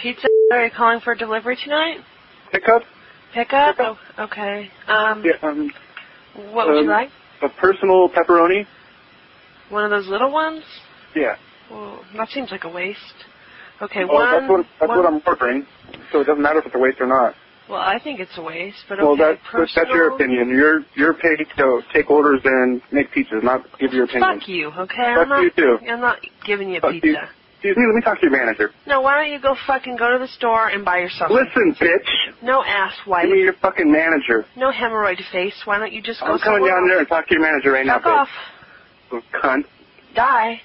Pizza? Are you calling for delivery tonight? Pickup? Pickup? Pickup. Oh, okay. Um, Yeah, um, what would um, you like? a personal pepperoni? One of those little ones? Yeah. Well, that seems like a waste. Okay, well, one. Oh, that's what that's one- what I'm ordering. So it doesn't matter if it's a waste or not. Well, I think it's a waste, but well, okay. that's that's your personal- opinion. You're you're paid to take orders and make pizzas, not give your opinion. Fuck you, okay? Fuck I'm not, you too. I'm not giving you Fuck pizza. you. Excuse me, let me talk to your manager. No, why don't you go fucking go to the store and buy yourself? Listen, bitch. No ass Give me white. your fucking manager. No hemorrhoid face. Why don't you just go I'm coming somewhere down there else? and talk to your manager right now, Fuck off. bitch. Little Cunt. Die.